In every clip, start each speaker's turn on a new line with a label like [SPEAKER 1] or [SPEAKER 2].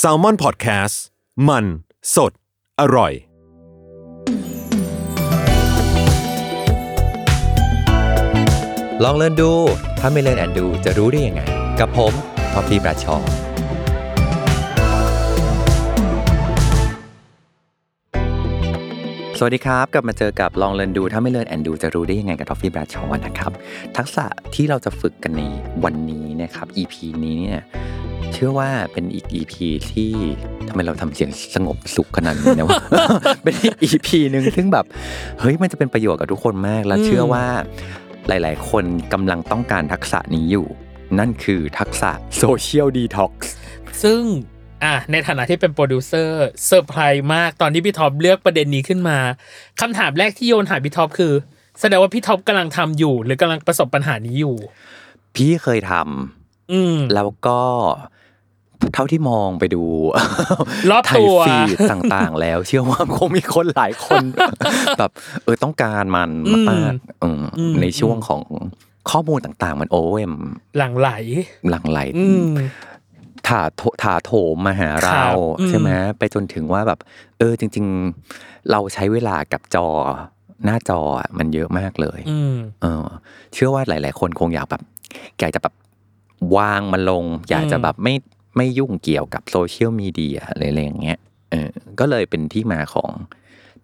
[SPEAKER 1] s a l ม o n PODCAST มันสดอร่อย
[SPEAKER 2] ลองเรียนดู ถ้าไม่เรียนแอนดูจะรู้ได้ยังไง กับผมท็อฟฟี่ประชอสวัสดีครับ กลับมาเจอกับลองเรียนดู ถ้าไม่เรียนแอนดูจะรู้ได้ยังไงกับท็อฟฟี่ประชอนะครับ ทักษะที่เราจะฝึกกันในวันนี้นะครับ EP นี้เนี่ยเชื่อว่าเป็นอีก EP ที่ทำไมเราทำเสียงสงบสุขขนาดนี้นะวะ เป็นอีก EP หนึ่งซึ่งแบบเฮ้ยมันจะเป็นประโยชน์กับทุกคนมากแล้วเชื่อว่า หลาย ๆ คนกำลังต้องการทักษะนี้อยู่ นั่นคือทักษะโซเชียลดีท็อกซ์
[SPEAKER 3] ซึ่งอ่ะในฐานะที่เป็นโปรดิวเซอร์เซอร์ไพรส์มากตอนที่พี่ท็อปเลือกประเด็นนี้ขึ้นมาคำถามแรกที่โยนหาพี่ท็อปคือ แสดงว่าพี่ท็อปกำลังทำอยู่ หรือกำลังประสบปัญหานี้อยู่
[SPEAKER 2] พี่เคยท
[SPEAKER 3] อืม
[SPEAKER 2] ำแล้วก็เท่าที่มองไปดู
[SPEAKER 3] รอบ
[SPEAKER 2] ไท
[SPEAKER 3] ตั
[SPEAKER 2] ยว ฟีดต่าง ๆ แล้ว เชื่อว่าคงมีคนหลาย คนแบบเออต้องการมันมากๆอืม
[SPEAKER 3] อืม
[SPEAKER 2] ในช่วงของข้อมูลต่าง ๆ มันโอเอ็ม
[SPEAKER 3] หลังไหล
[SPEAKER 2] หลั่งไหล
[SPEAKER 3] อืม
[SPEAKER 2] ถาโถถาโถมมาหา
[SPEAKER 3] ครั
[SPEAKER 2] เรา
[SPEAKER 3] บอืม
[SPEAKER 2] ใช่ไหมไปจนถึงว่าแบบ เออจริง ๆ เราใช้เวลากับจอ หน้าจออะมันเยอะมากเลย
[SPEAKER 3] อืม
[SPEAKER 2] เออ เชื่อว่าหลาย ๆ คนคงอยากแบบอยากจะแบบวางมันลง อยากจะแบบไม่ไม่ยุ่งเกี่ยวกับโซเชียลมีเดียอะไรๆอย่างเงี้ยเออก็เลยเป็นที่มาของ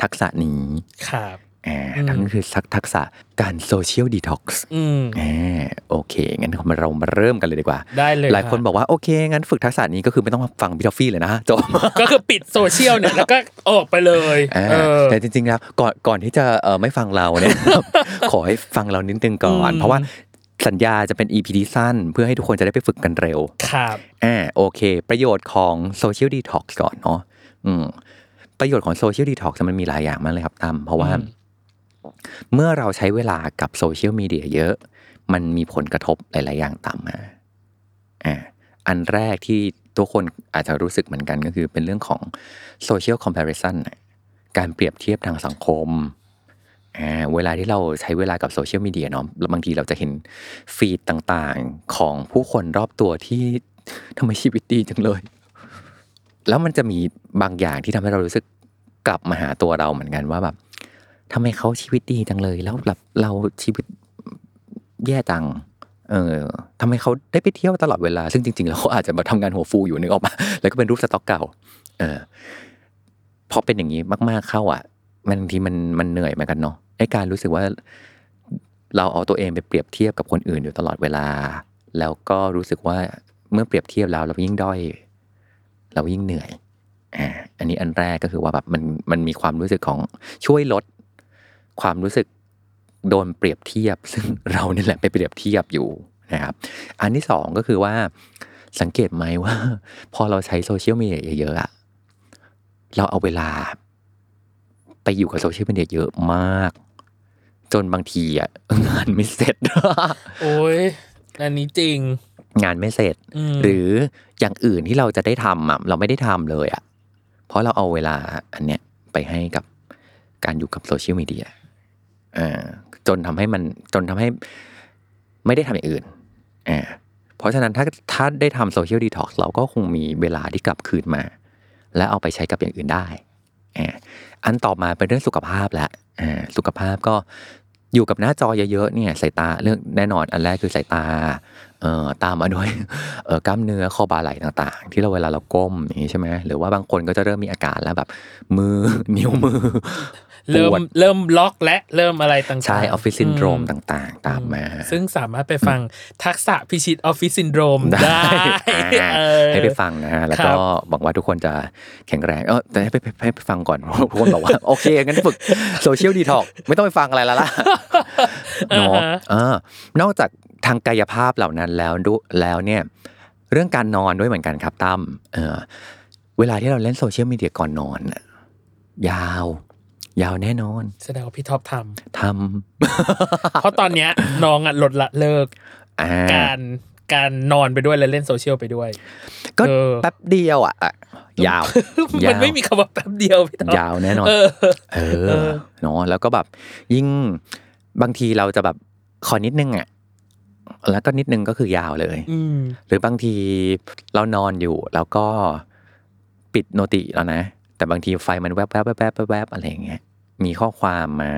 [SPEAKER 2] ทักษะนี้
[SPEAKER 3] ครับ
[SPEAKER 2] อ่า
[SPEAKER 3] อืม
[SPEAKER 2] นั่นคือทักษะการโซเชียลดีท็อกซ์
[SPEAKER 3] อืม
[SPEAKER 2] อ่าโอเค งั้นเรามาเริ่มกันเลยดีกว่า
[SPEAKER 3] ได้เลย
[SPEAKER 2] หลายคนบอกว่าโอเค งั้นฝึกทักษะนี้ก็คือไม่ต้องมาฟังพี่ทอฟฟี่เลยนะ จบ
[SPEAKER 3] ก็คือปิดโซเชียลเนี่ย แล้วก็ออกไปเลย
[SPEAKER 2] อ่า
[SPEAKER 3] เออ
[SPEAKER 2] แต่จริงๆแล้วก่อนก่อนที่จะเอ่อไม่ฟังเราเนี่ย ขอให้ฟังเรานิดนึงก่อน
[SPEAKER 3] อืม
[SPEAKER 2] เพราะว่าสัญญาจะเป็น EP ที่สั้น เพื่อให้ทุกคนจะได้ไปฝึกกันเร็ว
[SPEAKER 3] ครับ
[SPEAKER 2] อ่าโอเค ประโยชน์ของโซเชียลดีท็อกซ์ก่อนเนาะอืมประโยชน์ของโซเชียลดีท็อกซ์มันมีหลายอย่างมากเลยครับตั้มเพราะว่า
[SPEAKER 3] อืม
[SPEAKER 2] เมื่อเราใช้เวลากับโซเชียลมีเดียเยอะ มันมีผลกระทบหลาย ๆ อย่างตามมา อ่า อันแรกที่ทุกคนอาจจะรู้สึกเหมือนกันก็คือเป็นเรื่องของโซเชียลคอมเพลชันการเปรียบเทียบทางสังคม อ่า เวลาที่เราใช้เวลากับโซเชียลมีเดียเนาะ บางทีเราจะเห็นฟีดต่าง ๆ ของผู้คนรอบตัวที่ ทำไมชีวิตดีจังเลย แล้วมันจะมีบางอย่างที่ทำให้เรารู้สึกกลับมาหาตัวเราเหมือนกันว่าแบบทำไมเขาชีวิตดีจังเลย แล้วแบบเราชีวิตแย่จัง เออทำไมเขาได้ไปเที่ยวตลอดเวลา ซึ่งจริงๆแล้วเขาอาจจะมาทำงานหัวฟูอยู่นึกออกมา แล้วก็เป็นรูปสต็อกเก่า เออพอเป็นอย่างนี้มาก ๆเข้าอ่ะมันบางทีมันมันเหนื่อยเหมือนกันเนาะไอการรู้สึกว่า เราเอาตัวเองไปเปรียบเทียบกับคนอื่นอยู่ตลอดเวลา แล้วก็รู้สึกว่าเมื่อเปรียบเทียบแล้วเรายิ่งด้อย เรายิ่งเหนื่อยอ่าอันนี้อันแรกก็คือว่าแบบมันมันมีความรู้สึกของช่วยลด ความรู้สึกโดนเปรียบเทียบ ซึ่งเรานี่แหละไปเปรียบเทียบอยู่นะครับ อันที่สองก็คือว่าสังเกตไหมว่า พอเราใช้โซเชียลมีเดียเยอะๆอะเราเอาเวลา ไปอยู่กับโซเชียลมีเดียเยอะมาก จนบางทีอะ งานไม่เสร็จ
[SPEAKER 3] โอ้ยอันนี้จริง
[SPEAKER 2] งานไม่เสร็จ
[SPEAKER 3] อืม
[SPEAKER 2] หรืออย่างอื่นที่เราจะได้ทำอะเราไม่ได้ทำเลยอะเพราะเราเอาเวลาอันเนี้ยไปให้กับการอยู่กับโซเชียลมีเดียเอ่อจนทำให้มันจนทำให้ไม่ได้ทำอย่างอื่นเอ่อเพราะฉะนั้นถ้าถ้าได้ทำโซเชียลดีท็อกซ์เราก็คงมีเวลาที่กลับคืนมา และเอาไปใช้กับอย่างอื่นได้เอ่ออันต่อมาเป็นเรื่องสุขภาพแล้วสุขภาพก็อยู่กับหน้าจอเยอะๆเนี่ยสายตาเรื่องแน่นอนอันแรกคือสายตา เอ่อตามมาด้วย เอ่อกล้ามเนื้อข้อบ่าไหล่ต่างๆ ที่เราเวลาเราก้มอย่างนี้ใช่ไหมหรือว่าบางคนก็จะเริ่มมีอาการแล้วแบบ มือ นิ้วมื อ
[SPEAKER 3] เริ่
[SPEAKER 2] ป
[SPEAKER 3] ม
[SPEAKER 2] วด
[SPEAKER 3] เริ่มล็อกและเริ่มอะไรต่างๆ
[SPEAKER 2] ใช่ออฟฟิศซินโดรม
[SPEAKER 3] อื
[SPEAKER 2] ต่างๆ ตามมา
[SPEAKER 3] ซึ่งสามารถไปฟังทักษะพิชิตออฟฟิศซินโดรม
[SPEAKER 2] ได้
[SPEAKER 3] ได้เออ
[SPEAKER 2] ให้ไปฟังนะฮะแล้วก็
[SPEAKER 3] ครับ
[SPEAKER 2] หวังว่าทุกคนจะแข็งแรงเออแต่ให้ไปให้ไปฟังก่ อนเพราะทุกคนบอกว่า โอเค งั้นฝึกโซเชียลดีท็อกไม่ต้องไปฟังอะไรแล้วล่ะเนาะเออนอกจากทางกายภาพเหล่านั้นแล้วดูแล้วเนี่ย เรื่องการนอนด้วยเหมือนกันครับตั้มเออเวลาที่เราเล่นโซเชียลมีเดียก่อนนอนน่ะยาว ยาวแน่นอน
[SPEAKER 3] แสดงว่าพี่ท็อปท
[SPEAKER 2] ท
[SPEAKER 3] ำ เพราะตอนเนี้ยน้องอ่ะลดละเลิก
[SPEAKER 2] ำอ่า
[SPEAKER 3] การการนอนไปด้วยและเล่นโซเชียลไปด้วย
[SPEAKER 2] ก็
[SPEAKER 3] เออ
[SPEAKER 2] แป๊บเดียวอ่ะอ่ะยาว
[SPEAKER 3] มั
[SPEAKER 2] ยาน ว
[SPEAKER 3] ไม่มีคำว่าแป๊บเดียวพี่ท็อป
[SPEAKER 2] ยาวแน่นอน
[SPEAKER 3] เออ
[SPEAKER 2] เอ
[SPEAKER 3] เอ
[SPEAKER 2] อ
[SPEAKER 3] อ
[SPEAKER 2] เนาะแล้วก็แบบยิ่งบางทีเราจะแบบขอนิดนึงอ่ะ แล้วก็นิดนึงก็คือยาวเลย
[SPEAKER 3] อืม
[SPEAKER 2] หรือบางทีเรานอนอยู่แล้วก็ปิดโนติแล้วนะ แต่บางทีไฟมันแวบแวบแวบแวบแวบแวบอะไรอย่างเงี้ยมีข้อความมา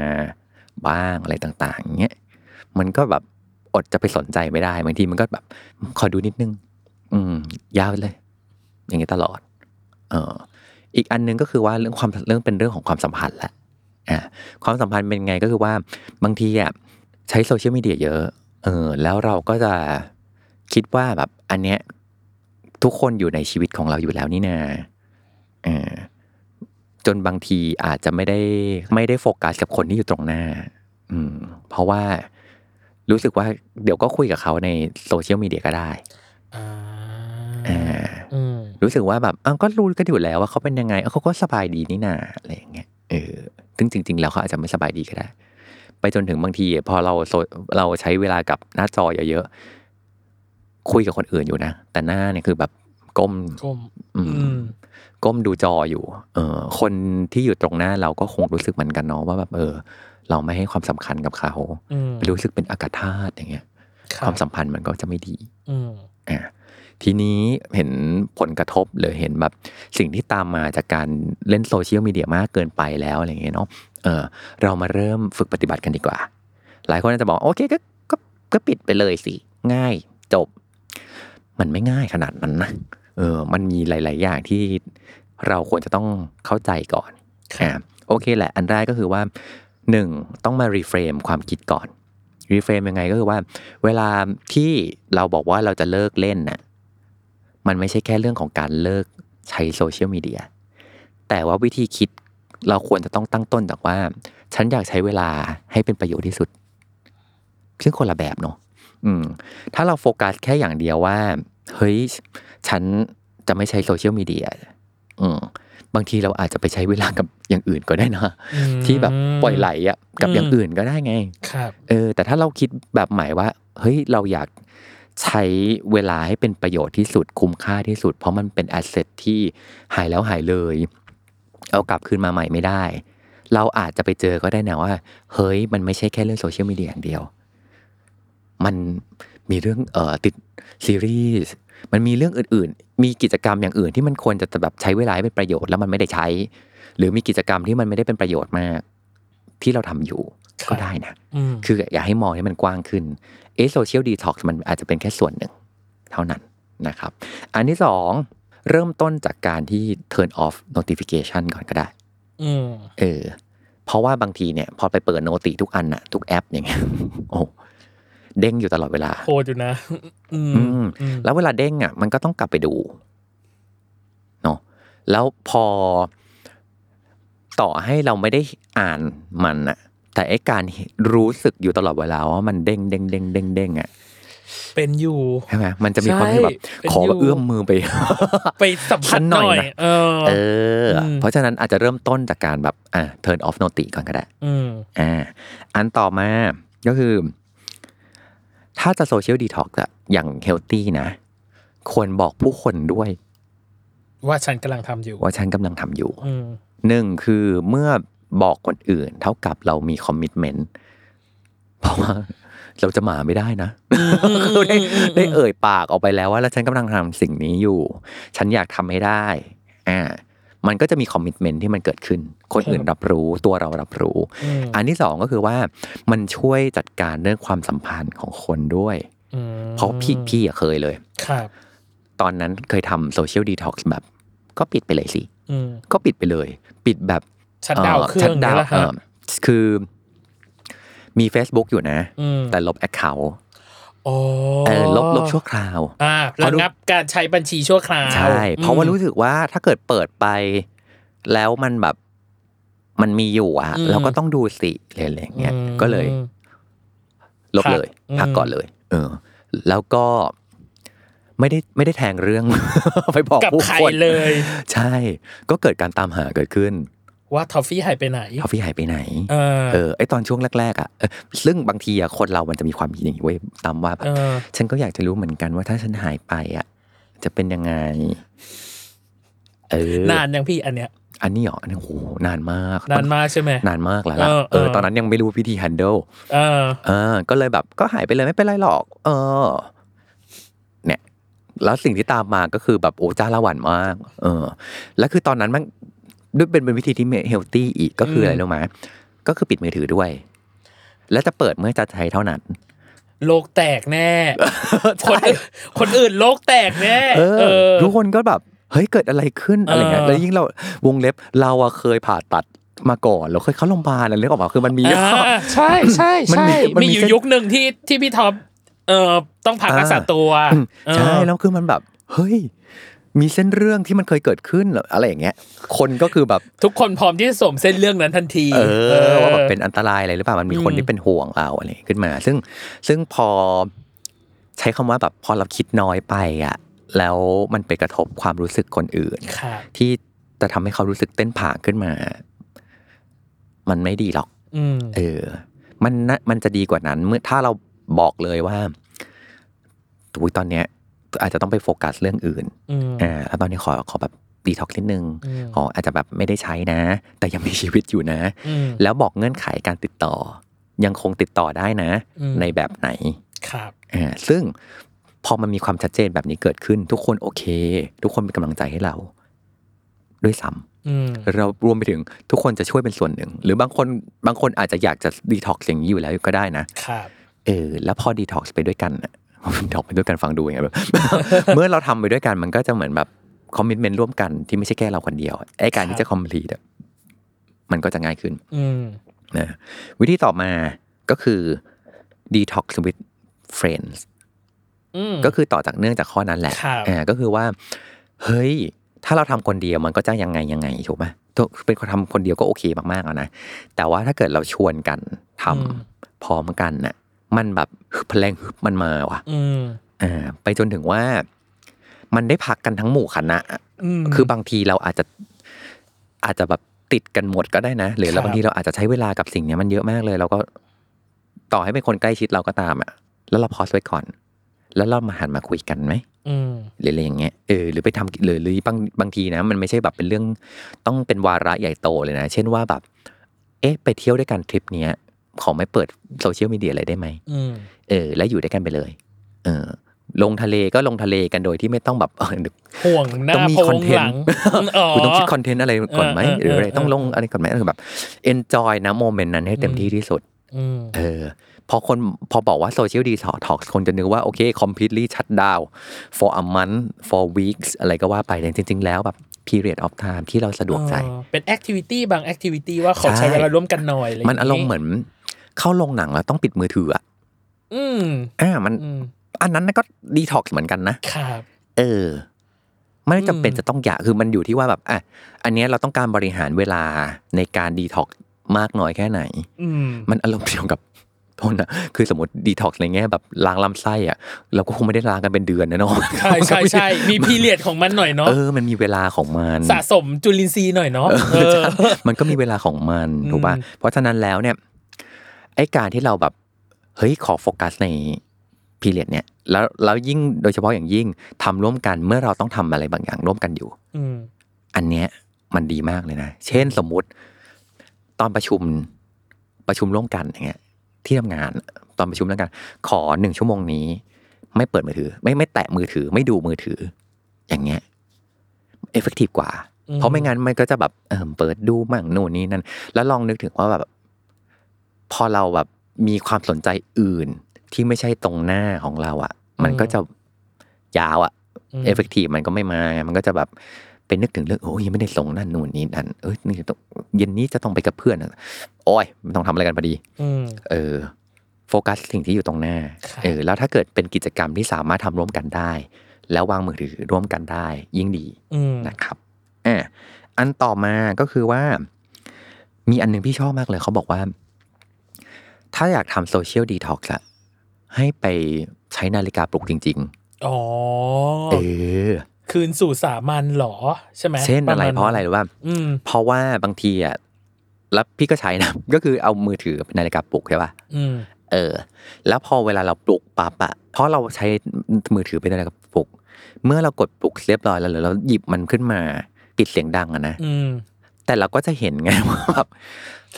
[SPEAKER 2] บ้างอะไรต่างๆอย่างเงี้ยมันก็แบบอดจะไปสนใจไม่ได้บางทีมันก็แบบขอดูนิดนึง อืม ยาวเลย อย่างเงี้ยตลอด เอออีกอันหนึงก็คือว่าเรื่องความเรื่องเป็นเรื่องของความสัมพันธ์แหละอ่าความสัมพันธ์เป็นไงก็คือว่าบางทีอ่ะใช้โซเชียลมีเดียเยอะเออแล้วเราก็จะคิดว่าแบบอันเนี้ยทุกคนอยู่ในชีวิตของเราอยู่แล้วนี่นาเออจนบางทีอาจจะไม่ได้ไม่ได้โฟกัสกับคนที่อยู่ตรงหน้า อืม เพราะว่ารู้สึกว่าเดี๋ยวก็คุยกับเขาในโซเชียลมีเดียก็ได้
[SPEAKER 3] อ่า
[SPEAKER 2] อ่า
[SPEAKER 3] อืม
[SPEAKER 2] รู้สึกว่าแบบอ้าวก็รู้กันอยู่แล้วว่าเขาเป็นยังไงอ้าวเขาก็สบายดีนี่นาอะไรอย่างเงี้ย เออซึ่งจริง ๆ แล้วเขาอาจจะไม่สบายดีก็ได้ ไปจนถึงบางที พอเราโซเราใช้เวลากับหน้าจอเยอะๆ คุยกับคนอื่นอยู่นะ แต่หน้าเนี่ยคือแบบก้ม
[SPEAKER 3] กม
[SPEAKER 2] อื
[SPEAKER 3] อื
[SPEAKER 2] ม
[SPEAKER 3] ม
[SPEAKER 2] ก้มดูจออยู่ เออ คนที่อยู่ตรงหน้าเราก็คงรู้สึกเหมือนกันเนาะว่าแบบเออ เราไม่ให้ความสำคัญกับเขา
[SPEAKER 3] อืม
[SPEAKER 2] รู้สึกเป็นอากาศธาตุอย่างเงี้ย
[SPEAKER 3] ค
[SPEAKER 2] ค
[SPEAKER 3] รั
[SPEAKER 2] วา
[SPEAKER 3] บ
[SPEAKER 2] มสัมพันธ์มันก็จะไม่ดี
[SPEAKER 3] อืม
[SPEAKER 2] อ่ะทีนี้เห็นผลกระทบหรือเห็นแบบสิ่งที่ตามมาจากการเล่นโซเชียลมีเดียมากเกินไปแล้วอะไรอย่างเงี้ยเนาะเออเรามาเริ่มฝึกปฏิบัติกันดีกว่า หลายคนอาจจะบอก โอเคก็ก็ก็ปิดไปเลยสิ ง่ายจบ มันไม่ง่ายขนาดนั้นนะเออ มันมีหลาย ๆ อย่างที่เราควรจะต้องเข้าใจก่อน
[SPEAKER 3] ครับ
[SPEAKER 2] อ่ะโอเคแหละ อันแรกก็คือว่าหนึ่งต้องมารีเฟรมความคิดก่อน รีเฟรมยังไงก็คือว่า เวลาที่เราบอกว่าเราจะเลิกเล่นน่ะ มันไม่ใช่แค่เรื่องของการเลิกใช้โซเชียลมีเดีย แต่ว่าวิธีคิดเราควรจะต้องตั้งต้นจากว่า ฉันอยากใช้เวลาให้เป็นประโยชน์ที่สุด ซึ่งคนละแบบเนาะอืม ถ้าเราโฟกัสแค่อย่างเดียวว่า เฮ้ย ฉันจะไม่ใช้โซเชียลมีเดียอืม บางทีเราอาจจะไปใช้เวลากับอย่างอื่นก็ได้นะ
[SPEAKER 3] อืม
[SPEAKER 2] ที่แบบปล่อยไหลอะกับอย่างอื่นก็ได้ไง
[SPEAKER 3] ครับ
[SPEAKER 2] เออแต่ถ้าเราคิดแบบใหม่ว่า เฮ้ยเราอยากใช้เวลาให้เป็นประโยชน์ที่สุดคุ้มค่าที่สุด เพราะมันเป็นแอสเซทที่หายแล้วหายเลย เอากลับคืนมาใหม่ไม่ได้ เราอาจจะไปเจอก็ได้นะว่า เฮ้ยมันไม่ใช่แค่เรื่องโซเชียลมีเดียอย่างเดียว มันมีเรื่องเอ่อติดซีรีส์มันมีเรื่องอื่นๆ มีกิจกรรมอย่างอื่นที่มันควรจะแบบใช้เวลาให้เป็นประโยชน์แล้วมันไม่ได้ใช้ หรือมีกิจกรรมที่มันไม่ได้เป็นประโยชน์มาก ที่เราทำอยู่
[SPEAKER 3] ครับ
[SPEAKER 2] ก็ได้นะ
[SPEAKER 3] อืม
[SPEAKER 2] คืออยากให้มองให้มันกว้างขึ้น เอโซเชียลดีท็อกซ์มันอาจจะเป็นแค่ส่วนหนึ่ง เท่านั้นนะครับ อันที่สองเริ่มต้นจากการที่ turn off notification ก่อนก็ได้
[SPEAKER 3] อืม
[SPEAKER 2] เออ เพราะว่าบางทีเนี่ย พอไปเปิดโนติทุกอันน่ะ ทุกแอปอย่างเงี้ ย โอ้เด้งอยู่ตลอดเวลา
[SPEAKER 3] โคตรอยู่นะ อืม
[SPEAKER 2] อืม
[SPEAKER 3] อืม
[SPEAKER 2] แล้วเวลาเด้งอ่ะ มันก็ต้องกลับไปดูเนาะแล้วพอต่อให้เราไม่ได้อ่านมันอ่ะ แต่ไอ้การรู้สึกอยู่ตลอดเวลาว่ามันเด้งเด้งเด้งเด้งเด้งอ่ะ
[SPEAKER 3] เป็นอยู่
[SPEAKER 2] ใช่ไหมมันจะมีความที่แบบ
[SPEAKER 3] ใช่เป็น
[SPEAKER 2] ขอแบ
[SPEAKER 3] อยู่
[SPEAKER 2] บเอื้อมมื อไป
[SPEAKER 3] ไปสัมผัส
[SPEAKER 2] ฉัน
[SPEAKER 3] ห
[SPEAKER 2] หน่
[SPEAKER 3] น่
[SPEAKER 2] อย
[SPEAKER 3] อย
[SPEAKER 2] นะ
[SPEAKER 3] เออ
[SPEAKER 2] เอออ
[SPEAKER 3] ม
[SPEAKER 2] เพราะฉะนั้นอาจจะเริ่มต้นจากการแบบอ่า turn off noti ก่อนก็ได้
[SPEAKER 3] อืม
[SPEAKER 2] อ่าอันต่อมาก็คือ ถ้าจะโซเชียลดีท็อกซ์อะอย่างเฮลตี้นะ ควรบอกผู้คนด้วย
[SPEAKER 3] ว่าฉันกำลังทำอยู่
[SPEAKER 2] ว่าฉันกำลังทำอยู่
[SPEAKER 3] อืม
[SPEAKER 2] หนึ่งคือเมื่อบอกคนอื่น เท่ากับเรามีคอมมิชเมนต์เพราะว่าเราจะหมาไม่ได้นะคือได้ ได้เอ่ยปากออกไปแล้วว่าแล้วฉันกำลังทำสิ่งนี้อยู่ ฉันอยากทำให้ได้อ่ามันก็จะมีคอมมิชเมนต์ที่มันเกิดขึ้น คนอื่นรับรู้ตัวเรารับรู้
[SPEAKER 3] อืม
[SPEAKER 2] อันที่สองก็คือว่ามันช่วยจัดการเรื่องความสัมพันธ์ของคนด้วย
[SPEAKER 3] อืม
[SPEAKER 2] เพราะพี่พี่อะเคยเลย
[SPEAKER 3] ครับ
[SPEAKER 2] ตอนนั้นเคยทำโซเชียลดีท็อกซ์แบบ ก็ปิดไปเลยสิ
[SPEAKER 3] อืม
[SPEAKER 2] ก็ปิดไปเลย ปิดแบบ
[SPEAKER 3] ชัดดาวน์
[SPEAKER 2] เอ่อ
[SPEAKER 3] เครื่
[SPEAKER 2] ชั
[SPEAKER 3] อ
[SPEAKER 2] ด
[SPEAKER 3] งนี่
[SPEAKER 2] ดาว
[SPEAKER 3] แห
[SPEAKER 2] น์
[SPEAKER 3] ละฮะ
[SPEAKER 2] เอ่อคือมี Facebook อยู่นะ
[SPEAKER 3] อืม
[SPEAKER 2] แต่ลบแอคเคาท์
[SPEAKER 3] โอ้
[SPEAKER 2] ลบลบชั่วคราว
[SPEAKER 3] อ่า
[SPEAKER 2] เพ
[SPEAKER 3] ระ
[SPEAKER 2] ราะรู้
[SPEAKER 3] งับการใช้บัญชีชั่วคราว
[SPEAKER 2] ใช่ เพราะว่ารู้สึกว่าถ้าเกิดเปิดไป แล้วมันแบบมันมีอยู่อะเราก็ต้องดูสิอะไรอย่างเงี้ย
[SPEAKER 3] อืม
[SPEAKER 2] ก็เลย ลบเลย
[SPEAKER 3] พั
[SPEAKER 2] พัก
[SPEAKER 3] กอืม
[SPEAKER 2] ก่อนเลย เออ แล้วก็ไม่ได้ไม่ได้แทงเรื่อง ไปบอก
[SPEAKER 3] กับ
[SPEAKER 2] ผู้
[SPEAKER 3] ใคร
[SPEAKER 2] คน
[SPEAKER 3] เลย
[SPEAKER 2] ใช่ ก็เกิดการตามหาเกิดขึ้น
[SPEAKER 3] ว่าทอฟฟี่หายไปไหน
[SPEAKER 2] ทอฟฟี่หายไปไหน
[SPEAKER 3] เออ
[SPEAKER 2] เออไอตอนช่วงแรกๆอ่ะเออซึ่งบางทีอ่ะคนเรามันจะมีความคิดอย่างนี้เว้ยตามว่าแบบ
[SPEAKER 3] เออ
[SPEAKER 2] ฉันก็อยากจะรู้เหมือนกันว่าถ้าฉันหายไปอ่ะ จะเป็นยังไง เออน
[SPEAKER 3] านยังพี่อันเนี้ย
[SPEAKER 2] อันนี้เหรออันนี้โอ้โหนานมาก
[SPEAKER 3] นานมากใช่ไหม
[SPEAKER 2] นานมากแล้วล่ะ
[SPEAKER 3] เออ
[SPEAKER 2] เอ
[SPEAKER 3] เอ
[SPEAKER 2] อ
[SPEAKER 3] อ
[SPEAKER 2] ตอนนั้นยังไม่รู้วิธี handle
[SPEAKER 3] เออ
[SPEAKER 2] เออก็เลยแบบก็หายไปเลยไม่เป็นไรหรอก เออ เนี่ย แล้วสิ่งที่ตามมาก็คือแบบโอ้จ้าละหวันมาก เออ แล้วคือตอนนั้นมันด้วยเป็นเป็นวิธีที่เฮลตี้อีกก็คืออะไร
[SPEAKER 3] อืม
[SPEAKER 2] รู้ไหมก็คือปิดมือถือด้วย แล้วจะเปิดเมื่อจะใช้เท่านั้น
[SPEAKER 3] โลกแตกแน่
[SPEAKER 2] ใช่
[SPEAKER 3] คนอื่นคนอื่นโลกแตกแน่
[SPEAKER 2] เอ
[SPEAKER 3] เอ
[SPEAKER 2] อ
[SPEAKER 3] อ
[SPEAKER 2] ทุกคนก็แบบเฮ้ยเกิดอะไรขึ้นอะไรเงี้ย
[SPEAKER 3] เออ
[SPEAKER 2] แล้วยิ่งเราวงเล็บเราอะเคยผ่าตัดมาก่อนเราเคยเข้าโรงพยาบาลอะไรเรื่องออกมาคือมันมี
[SPEAKER 3] อ่าใช่ใช่
[SPEAKER 2] มัน
[SPEAKER 3] ใช่
[SPEAKER 2] มีมันมี
[SPEAKER 3] มีอยู่
[SPEAKER 2] เส้น
[SPEAKER 3] ยุคหนึ่งที่ที่พี่ท็อปเออต้องพัก
[SPEAKER 2] อ่ารั
[SPEAKER 3] รักษาตัวเออ
[SPEAKER 2] ใช่แล้วคือมันแบบ เฮ้ย มีเส้นเรื่องที่มันเคยเกิดขึ้นเหรออะไรอย่างเงี้ย คนก็คือแบบ
[SPEAKER 3] ทุกคนพร้อมที่จะสวมเส้นเรื่องนั้นทันที
[SPEAKER 2] เออว่าแบบเป็นอันตรายอะไรหรือเปล่ามันมีคน
[SPEAKER 3] อืม
[SPEAKER 2] ที่เป็นห่วงเราอะไรขึ้นมา ซึ่งซึ่งพอใช้คำว่าแบบพอเราคิดน้อยไปอะแล้วมันไปกระทบความรู้สึกคนอื่น
[SPEAKER 3] ครับ
[SPEAKER 2] ที่จะทำให้เขารู้สึกเต้นผ่าขึ้นมา มันไม่ดีหรอก
[SPEAKER 3] อืม
[SPEAKER 2] เออ มันนะมันจะดีกว่านั้น เมื่อถ้าเราบอกเลยว่าอุ๊ยตอนเนี้ย อาจจะต้องไปโฟกัสเรื่องอื่น
[SPEAKER 3] อืม
[SPEAKER 2] อ่าแล้วตอนนี้ขอขอแบบดีท็อกนิดนึง
[SPEAKER 3] อืม
[SPEAKER 2] ขออาจจะแบบไม่ได้ใช้นะ แต่ยังมีชีวิตอยู่นะ
[SPEAKER 3] อืม
[SPEAKER 2] แล้วบอกเงื่อนไขการติดต่อ ยังคงติดต่อได้นะ
[SPEAKER 3] อืม
[SPEAKER 2] ในแบบไหน
[SPEAKER 3] ครับ
[SPEAKER 2] อ่าซึ่งพอมันมีความชัดเจนแบบนี้เกิดขึ้น ทุกคนโอเค ทุกคนเป็นกำลังใจให้เรา ด้วยซ้
[SPEAKER 3] อืม
[SPEAKER 2] ำเรารวมไปถึงทุกคนจะช่วยเป็นส่วนหนึ่ง หรือบางคนบางคนอาจจะอยากจะดีท็อกอย่างนี้อยู่แล้วก็ได้นะ
[SPEAKER 3] ครับ
[SPEAKER 2] เออแล้วพอดีท็อกซ์ไปด้วยกันน่ะ ดีท็อกซ์ไปด้วยกันฟังดูยังไงแบบ เมื่อเราทำไปด้วยกันมันก็จะเหมือนแบบคอมมิชเมนต์ร่วมกันที่ไม่ใช่แค่เราคนเดียวอะไอการ
[SPEAKER 3] ครับ
[SPEAKER 2] ที่จะคอมพลีทมันก็จะง่ายขึ้น
[SPEAKER 3] อืม
[SPEAKER 2] นะวิธีต่อมาก็คือดีท็อกซ์ with friends
[SPEAKER 3] อืม
[SPEAKER 2] ก็คือต่อจากเนื่องจากข้อนั้นแหละ
[SPEAKER 3] ครับ
[SPEAKER 2] อ่าก็คือว่า เฮ้ย ถ้าเราทำคนเดียวมันก็จะยังไงยังไงถูกไหมถูกเป็นคนทำคนเดียวก็โอเคมากๆแล้วนะ แต่ว่าถ้าเกิดเราชวนกันทำพร้อมกันน่ะ มันแบบพลังฮึบมันมาว่ะ
[SPEAKER 3] อืม
[SPEAKER 2] อ่าไปจนถึงว่า มันได้พักกันทั้งหมู่คณะ
[SPEAKER 3] อืม
[SPEAKER 2] คือบางทีเราอาจจะอาจจะแบบติดกันหมดก็ได้นะ หรือเรา
[SPEAKER 3] ครับ
[SPEAKER 2] บางทีเราอาจจะใช้เวลากับสิ่งเนี้ยมันเยอะมากเลย เราก็ต่อให้เป็นคนใกล้ชิดเราก็ตามอ่ะ แล้วเราพอสไว้ก่อน แล้วเรามาหันมาคุยกันไหม
[SPEAKER 3] อืม
[SPEAKER 2] หรืออะไรอย่างเงี้ยเออหรือไปทำหรือหรือบางบางทีนะ มันไม่ใช่แบบเป็นเรื่องต้องเป็นวาระใหญ่โตเลยนะ เช่นว่าแบบ เอ๊ะ ไปเที่ยวด้วยกันทริปเนี้ยขอไม่เปิดโซเชียลมีเดียอะไรได้ไหม
[SPEAKER 3] อืม
[SPEAKER 2] เออ แล้วอยู่ด้วยกันไปเลย เออ ลงทะเลก็ลงทะเลกันโดยที่ไม่ต้องแบบเอ อ
[SPEAKER 3] ห่วงหน้า
[SPEAKER 2] ต้องมี
[SPEAKER 3] โพ
[SPEAKER 2] คอง นเทน
[SPEAKER 3] หลัง
[SPEAKER 2] ต์ คุณต้องคิดคอนเทนต์อะไรก่อนไหม
[SPEAKER 3] เออ
[SPEAKER 2] ห
[SPEAKER 3] เออ
[SPEAKER 2] รืออะไร
[SPEAKER 3] เออ
[SPEAKER 2] ต้องลงอะไรก่อนไหมคือแบบ enjoy นะโมเมนต์นั้นให้เต็ม
[SPEAKER 3] อืม
[SPEAKER 2] ที่ที่สุด
[SPEAKER 3] อืม
[SPEAKER 2] เออ พอคนพอบอกว่าโซเชียลดีท็อกซ์คนจะนึกว่า โอเค completely shut down for a month for weeks อะไรก็ว่าไปแต่จริง ๆ แล้วแบบ period of time ที่เราสะดวกใจ
[SPEAKER 3] เออเป็นแอคทิวิตี้บางแอคทิวิตี้ว่าขอใช้
[SPEAKER 2] ใช่
[SPEAKER 3] เวลาร่วมกันหน่อยะไย่ง
[SPEAKER 2] มันอารมณ์เหมือนเข้าลงหนังแล้วต้องปิดมือถืออ่ะ
[SPEAKER 3] อืม
[SPEAKER 2] อ่ามัน
[SPEAKER 3] อืม
[SPEAKER 2] อันนั้นน่ะก็ดีท็อกซ์เหมือนกันนะ
[SPEAKER 3] ครับ
[SPEAKER 2] เออ ไม่ได้จำเป็น
[SPEAKER 3] อืม
[SPEAKER 2] จะต้องอยากคือมันอยู่ที่ว่าแบบอ่ะอันเนี้ยเราต้องการบริหารเวลาในการดีท็อกซ์มากน้อยแค่ไหน
[SPEAKER 3] อืม
[SPEAKER 2] มันอารมณ์เดียวกับโทษนะคือสมมติดีท็อกซ์ในแง่แบบล้างลำไส้อ่ะ เราก็คงไม่ได้ล้างกันเป็นเดือนนะเนาะ
[SPEAKER 3] ใช่ใช่ ใช่มีพีเรียดของมันหน่อยเนาะ
[SPEAKER 2] เออ มันมีเวลาของมัน
[SPEAKER 3] สะสมจุลินทรีย์หน่อยเนาะเออ
[SPEAKER 2] ใช่มันก็มีเวลาของมัน
[SPEAKER 3] อืม
[SPEAKER 2] ถูกป่ะเพราะฉะนั้นแล้วเนี่ยไอการที่เราแบบเฮ้ยขอโฟกัสในพีเรียดเนี่ย แล้วแล้วยิ่งโดยเฉพาะอย่างยิ่งทำร่วมกันเมื่อเราต้องทำอะไรบางอย่างร่วมกันอยู่
[SPEAKER 3] อืม
[SPEAKER 2] อันเนี้ยมันดีมากเลยนะ เช่นสมมุติ ตอนประชุมประชุมร่วมกันอย่างเงี้ย ที่ทำงานตอนประชุมร่วมกัน ขอหนึ่งชั่วโมงนี้ ไม่เปิดมือถือ ไม่ไม่แตะมือถือ ไม่ดูมือถือ อย่างเงี้ยเอฟเฟกตีฟกว่า เพราะไม่งั้นมันก็จะแบบเออเปิดดูมั่งนู่นนี่นั่นแล้วลองนึกถึงว่าแบบ พอเราแบบมีความสนใจอื่น ที่ไม่ใช่ตรงหน้าของเราอะ่ะ มันก็จะยาวอ่ะ
[SPEAKER 3] ม
[SPEAKER 2] เอฟเฟกตีฟมันก็ไม่มาไงมันก็จะแบบเป็นนึกถึงเรื่องโอ้ยยังไม่ได้ส่งนั่นนู่นนี่นั่นเอ้ยนี่จะต้องเย็นนี้จะต้องไปกับเพื่อนอะโอ้ยมันต้องทำอะไรกันพอดี
[SPEAKER 3] อืม
[SPEAKER 2] เออ โฟกัสสิ่งที่อยู่ตรงหน้า
[SPEAKER 3] ครับ
[SPEAKER 2] เออ แล้วถ้าเกิดเป็นกิจกรรมที่สามารถทำร่วมกันได้ แล้ววางมือถือร่วมกันได้ ยิ่งดี
[SPEAKER 3] อืม
[SPEAKER 2] นะครับอ่ะอันต่อมาก็คือว่า มีอันหนึงพี่ชอบมากเลยเขาบอกว่า ถ้าอยากทำโซเชียลดีท็อกซ์อะให้ไปใช้นาฬิกาปลุกจริง
[SPEAKER 3] อ๋อ
[SPEAKER 2] ๆ เออ
[SPEAKER 3] คืนสู่สามัญเหรอ ใช่ไหม
[SPEAKER 2] เช่นอะไร
[SPEAKER 3] มณ
[SPEAKER 2] เพราะอะไรรู้ป่ะ
[SPEAKER 3] อืม
[SPEAKER 2] เพราะว่าบางทีอ่ะแล้วพี่ก็ใช้นะ ก็คือเอามือถือเป็นนาฬิกาปลุกใช่ป่ะ
[SPEAKER 3] อืม
[SPEAKER 2] เออ แล้วพอเวลาเราปลุกปั๊บอ่ะเพราะเราใช้มือถือเป็นนาฬิกาปลุก เมื่อเรากดปลุกเรียบร้อยแล้วหรือเราหยิบมันขึ้นมาปิดเสียงดังอะนะ
[SPEAKER 3] อืม
[SPEAKER 2] แต่เราก็จะเห็นไง ว่าแบบ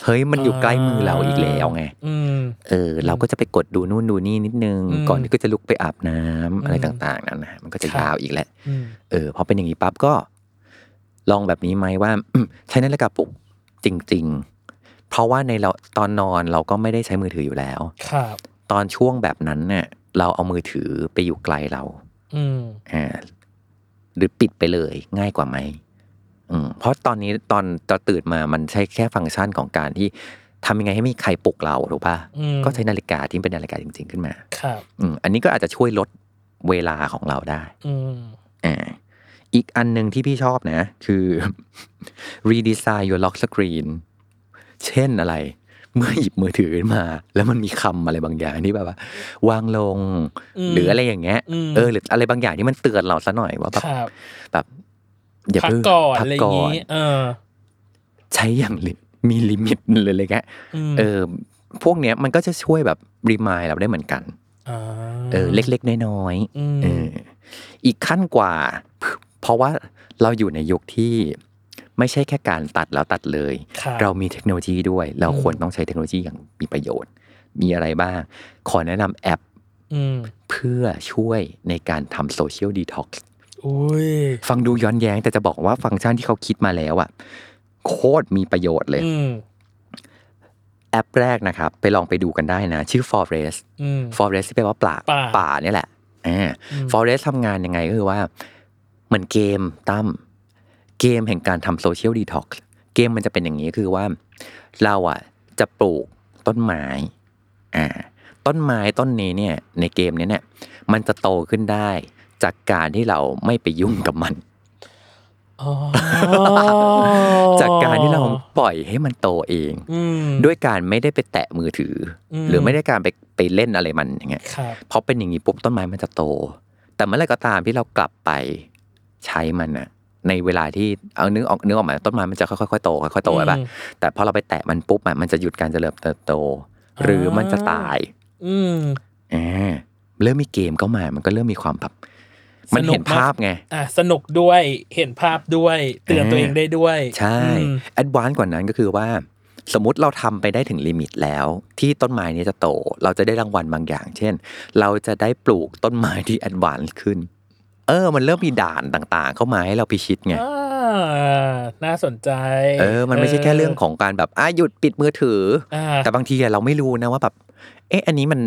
[SPEAKER 2] เฮ้ยมันอยู่ใกล้มือเราอีกแล้วไง
[SPEAKER 3] อืม
[SPEAKER 2] เออเราก็จะไปกดดูนู่นดูนี่นิดนึง
[SPEAKER 3] อืม
[SPEAKER 2] ก่อนที่ก็จะลุกไปอาบน้ำอะไร
[SPEAKER 3] อืม
[SPEAKER 2] ต่างๆนั่นนะมันก็จะ
[SPEAKER 3] ครับ
[SPEAKER 2] ยาวอีกแหละ
[SPEAKER 3] อืม
[SPEAKER 2] เออพอเป็นอย่างนี้ปั๊บก็ ลองแบบนี้ไหมว่า ใช้นาฬิกาปลุกจริง ๆ เพราะว่าในเราตอนนอนเราก็ไม่ได้ใช้มือถืออยู่แล้ว
[SPEAKER 3] ครับ
[SPEAKER 2] ตอนช่วงแบบนั้นเนี่ยเราเอามือถือไปอยู่ไกลเรา
[SPEAKER 3] อืม
[SPEAKER 2] อ่าหรือปิดไปเลยง่ายกว่าไหมอืมเพราะตอนนี้ตอนเราตื่นมามันใช้แค่ฟังก์ชันของการที่ทำยังไงให้ไม่มีใครปลุกเราถูกปะ
[SPEAKER 3] อืม
[SPEAKER 2] ก็ใช้นาฬิกาที่เป็นนาฬิกาจริง ๆขึ้นมา
[SPEAKER 3] ครับ
[SPEAKER 2] อืมอันนี้ก็อาจจะช่วยลดเวลาของเราได้
[SPEAKER 3] อืม
[SPEAKER 2] อ่าอีกอันหนึ่งที่พี่ชอบนะ คือ redesign your lock screen เช่นอะไร เมื่อหยิบมือถือขึ้นมา แล้วมันมีคำอะไรบางอย่างที่แบบว่า วางลง
[SPEAKER 3] อืม
[SPEAKER 2] หรืออะไรอย่างเงี้ย
[SPEAKER 3] อืม
[SPEAKER 2] เออหรืออะไรบางอย่างที่มันเตือนเราซะหน่อยว่าแบ
[SPEAKER 3] ค
[SPEAKER 2] บ
[SPEAKER 3] รับ
[SPEAKER 2] แบบอย่า
[SPEAKER 3] พัก
[SPEAKER 2] เพิ่ง
[SPEAKER 3] ก่อน
[SPEAKER 2] พั
[SPEAKER 3] อะไรอย่างนี้ เออ
[SPEAKER 2] ใช้อย่างลิมีลิมิตเลยเลยแกะ
[SPEAKER 3] อืม
[SPEAKER 2] เออ พวกเนี้ยมันก็จะช่วยแบบรีมายเราได้เหมือนกัน
[SPEAKER 3] า
[SPEAKER 2] เออ เล็กๆน้อยๆ
[SPEAKER 3] อืม
[SPEAKER 2] เอออีกขั้นกว่า เพราะว่าเราอยู่ในยุคที่ไม่ใช่แค่การตัดแล้วตัดเลย
[SPEAKER 3] ครับ
[SPEAKER 2] เรามีเทคโนโลยีด้วย เรา
[SPEAKER 3] อืม
[SPEAKER 2] ควรต้องใช้เทคโนโลยีอย่างมีประโยชน์ มีอะไรบ้าง ขอแนะนำแอป
[SPEAKER 3] อืม
[SPEAKER 2] เพื่อช่วยในการทำโซเชียลดีท็อกซ์
[SPEAKER 3] อุ้ย
[SPEAKER 2] ฟังดูย้อนแย้งแต่จะบอกว่าฟังก์ชันที่เขาคิดมาแล้วอะโคตรมีประโยชน์เลย
[SPEAKER 3] อืม
[SPEAKER 2] แอปแรกนะครับ ไปลองไปดูกันได้นะ ชื่อ Forest
[SPEAKER 3] อืม
[SPEAKER 2] Forest ที่แปลว่าป่า
[SPEAKER 3] ป่า
[SPEAKER 2] ป่าเนี่ยแหละอ่า
[SPEAKER 3] อืม
[SPEAKER 2] ฟอเรสทำงานยังไงก็คือว่า เหมือนเกมตั้มเกมแห่งการทำโซเชียลดีท็อกซ์เกมมันจะเป็นอย่างนี้คือว่า เราอ่ะจะปลูกต้นไม้อ่าต้นไม้ต้นนี้เนี่ย ในเกมเนี้ยเนี่ย มันจะโตขึ้นได้ จากการที่เราไม่ไปยุ่งกับมัน
[SPEAKER 3] อ๋อ
[SPEAKER 2] จากการที่เราปล่อยให้มันโตเอง
[SPEAKER 3] อืม
[SPEAKER 2] ด้วยการไม่ได้ไปแตะมือถืออ
[SPEAKER 3] ม
[SPEAKER 2] หรือไม่ได้การไปไปเล่นอะไรมันอย่างเงี้ย
[SPEAKER 3] ครับ
[SPEAKER 2] พอเป็นอย่างนี้ปุ๊บต้นไม้มันจะโต แต่เมื่อไหรก็ตามที่เรากลับไปใช้มันอะในเวลาที่เอานึกออกนึกออกไหมต้นไม้มันจะค่อยๆโตค่อยๆโตไปปะ
[SPEAKER 3] อืม
[SPEAKER 2] แต่พอเราไปแตะมันปุ๊บอะมันจะหยุดการเจริญเติบโต หรือมันจะตาย
[SPEAKER 3] อืม
[SPEAKER 2] อ่าเริ่มมีเกมเข้ามา มันก็เริ่มมีความแบบมันเห็น
[SPEAKER 3] สนุกมาก
[SPEAKER 2] ภาพไง
[SPEAKER 3] อ่ะสนุกด้วยเห็นภาพด้วยเตือนตัวเองได้ด้วย
[SPEAKER 2] ใช่
[SPEAKER 3] อืม
[SPEAKER 2] แอดวานซ์กว่านั้นก็คือว่า สมมติเราทำไปได้ถึงลิมิตแล้ว ที่ต้นไม้เนี้จะโต เราจะได้รางวัลบางอย่าง เช่น เราจะได้ปลูกต้นไม้ที่แอดวานซ์ขึ้น เออ มันเริ่มมีด่านต่างๆ เข้ามาให้เราพิชิตไง
[SPEAKER 3] อ่าน่าสนใจ
[SPEAKER 2] เออ มันไม่ใช่แค่เรื่องของการแบบอ่ะหยุดปิดมือถืออ
[SPEAKER 3] อ่า
[SPEAKER 2] แต่บางทีอะเราไม่รู้นะว่าแบบ เอ๊ะ อันนี้มัน